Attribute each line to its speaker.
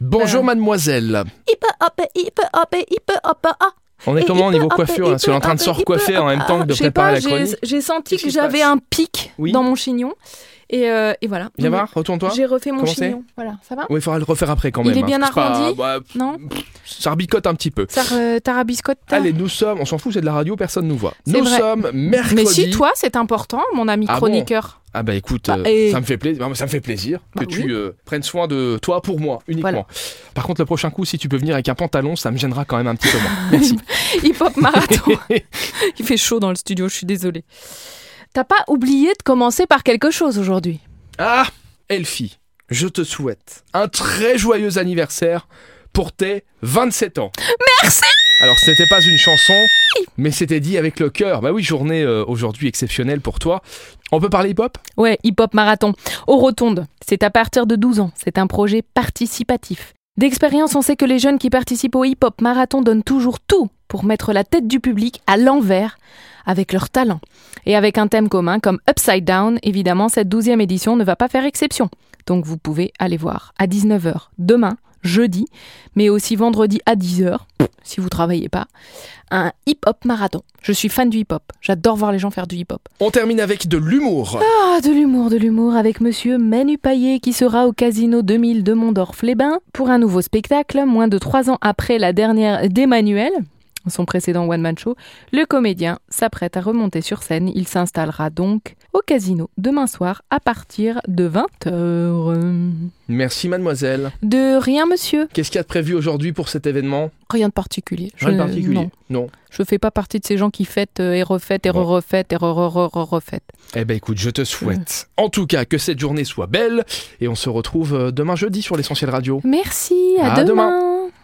Speaker 1: Ben,
Speaker 2: Bonjour mademoiselle.
Speaker 1: Hip hop, hip hop, hip hop. ah.
Speaker 2: On est
Speaker 1: Et
Speaker 2: comment au
Speaker 1: il peut
Speaker 2: niveau
Speaker 1: hopper,
Speaker 2: coiffure là
Speaker 1: il
Speaker 2: Parce qu'on est en
Speaker 1: peut
Speaker 2: train de se
Speaker 1: hopper, il
Speaker 2: recoiffer
Speaker 1: peut
Speaker 2: en même temps que de
Speaker 1: Je sais pas,
Speaker 2: préparer la
Speaker 1: j'ai
Speaker 2: chronique.
Speaker 1: j'ai senti
Speaker 2: Qu'est-ce
Speaker 1: que
Speaker 2: qui se
Speaker 1: j'avais
Speaker 2: passe
Speaker 1: un pic
Speaker 2: Oui.
Speaker 1: dans mon chignon. Et, euh, et voilà.
Speaker 2: Viens
Speaker 1: Donc,
Speaker 2: voir, retourne-toi.
Speaker 1: J'ai refait mon
Speaker 2: Comment c'est
Speaker 1: chignon. Voilà, ça va
Speaker 2: Oui, il faudra le refaire après quand
Speaker 1: Il
Speaker 2: même.
Speaker 1: est
Speaker 2: hein,
Speaker 1: bien
Speaker 2: parce que c'est pas- bah,
Speaker 1: arrondi Non
Speaker 2: Ça rebicote un petit peu.
Speaker 1: Ça re- tarabiscote ta-
Speaker 2: Allez, nous sommes, on s'en fout, c'est de la radio, personne nous voit.
Speaker 1: C'est
Speaker 2: Nous
Speaker 1: vrai.
Speaker 2: sommes mercredi.
Speaker 1: Mais si, toi, c'est important, mon ami
Speaker 2: Ah bon
Speaker 1: chroniqueur.
Speaker 2: Ah bah écoute,
Speaker 1: Bah,
Speaker 2: euh,
Speaker 1: et-
Speaker 2: ça me fait plaisir, ça me fait plaisir
Speaker 1: Bah
Speaker 2: que
Speaker 1: oui.
Speaker 2: tu euh, prennes soin de toi pour moi uniquement.
Speaker 1: Voilà.
Speaker 2: Par contre, le prochain coup, si tu peux venir avec un pantalon, ça me gênera quand même un petit peu moins. Merci.
Speaker 1: Hip-hop marathon. Il fait chaud dans le studio, je suis désolée. T'as pas oublié de commencer par quelque chose aujourd'hui
Speaker 2: ah, Elfie, je te souhaite un très joyeux anniversaire pour tes 27 ans.
Speaker 1: Merci
Speaker 2: Alors, ce n'était pas une chanson, mais c'était dit avec le cœur. Bah oui, journée euh, aujourd'hui exceptionnelle pour toi. On peut parler hip-hop
Speaker 1: Ouais, hip-hop marathon. Au Rotonde, c'est à partir de 12 ans. C'est un projet participatif. D'expérience, on sait que les jeunes qui participent au hip-hop marathon donnent toujours tout pour mettre la tête du public à l'envers avec leur talent. Et avec un thème commun comme Upside Down, évidemment, cette 12e édition ne va pas faire exception. Donc vous pouvez aller voir à 19h demain, jeudi, mais aussi vendredi à 10h, si vous travaillez pas, un hip-hop marathon. Je suis fan du hip-hop. J'adore voir les gens faire du hip-hop.
Speaker 2: On termine avec de l'humour.
Speaker 1: Ah, de l'humour, de l'humour avec monsieur Manu Paillet qui sera au Casino 2000 de Mondorf-les-Bains pour un nouveau spectacle, moins de trois ans après la dernière d'Emmanuel, son précédent one-man show. Le comédien s'apprête à remonter sur scène. Il s'installera donc au Casino demain soir à partir de 20h.
Speaker 2: Merci mademoiselle.
Speaker 1: De rien, monsieur.
Speaker 2: Qu'est-ce qu'il y a de prévu aujourd'hui pour cet événement
Speaker 1: Rien de particulier.
Speaker 2: Rien de
Speaker 1: Je-
Speaker 2: particulier.
Speaker 1: Non, je fais pas partie de ces gens qui fêtent euh, et refêtent et
Speaker 2: Bon.
Speaker 1: re-refêtent et re-re-re-re-refêtent.
Speaker 2: Eh ben écoute, je te souhaite en tout cas que cette journée soit belle et on se retrouve euh, demain jeudi sur l'essentiel radio.
Speaker 1: Merci, à,
Speaker 2: À demain.
Speaker 1: demain.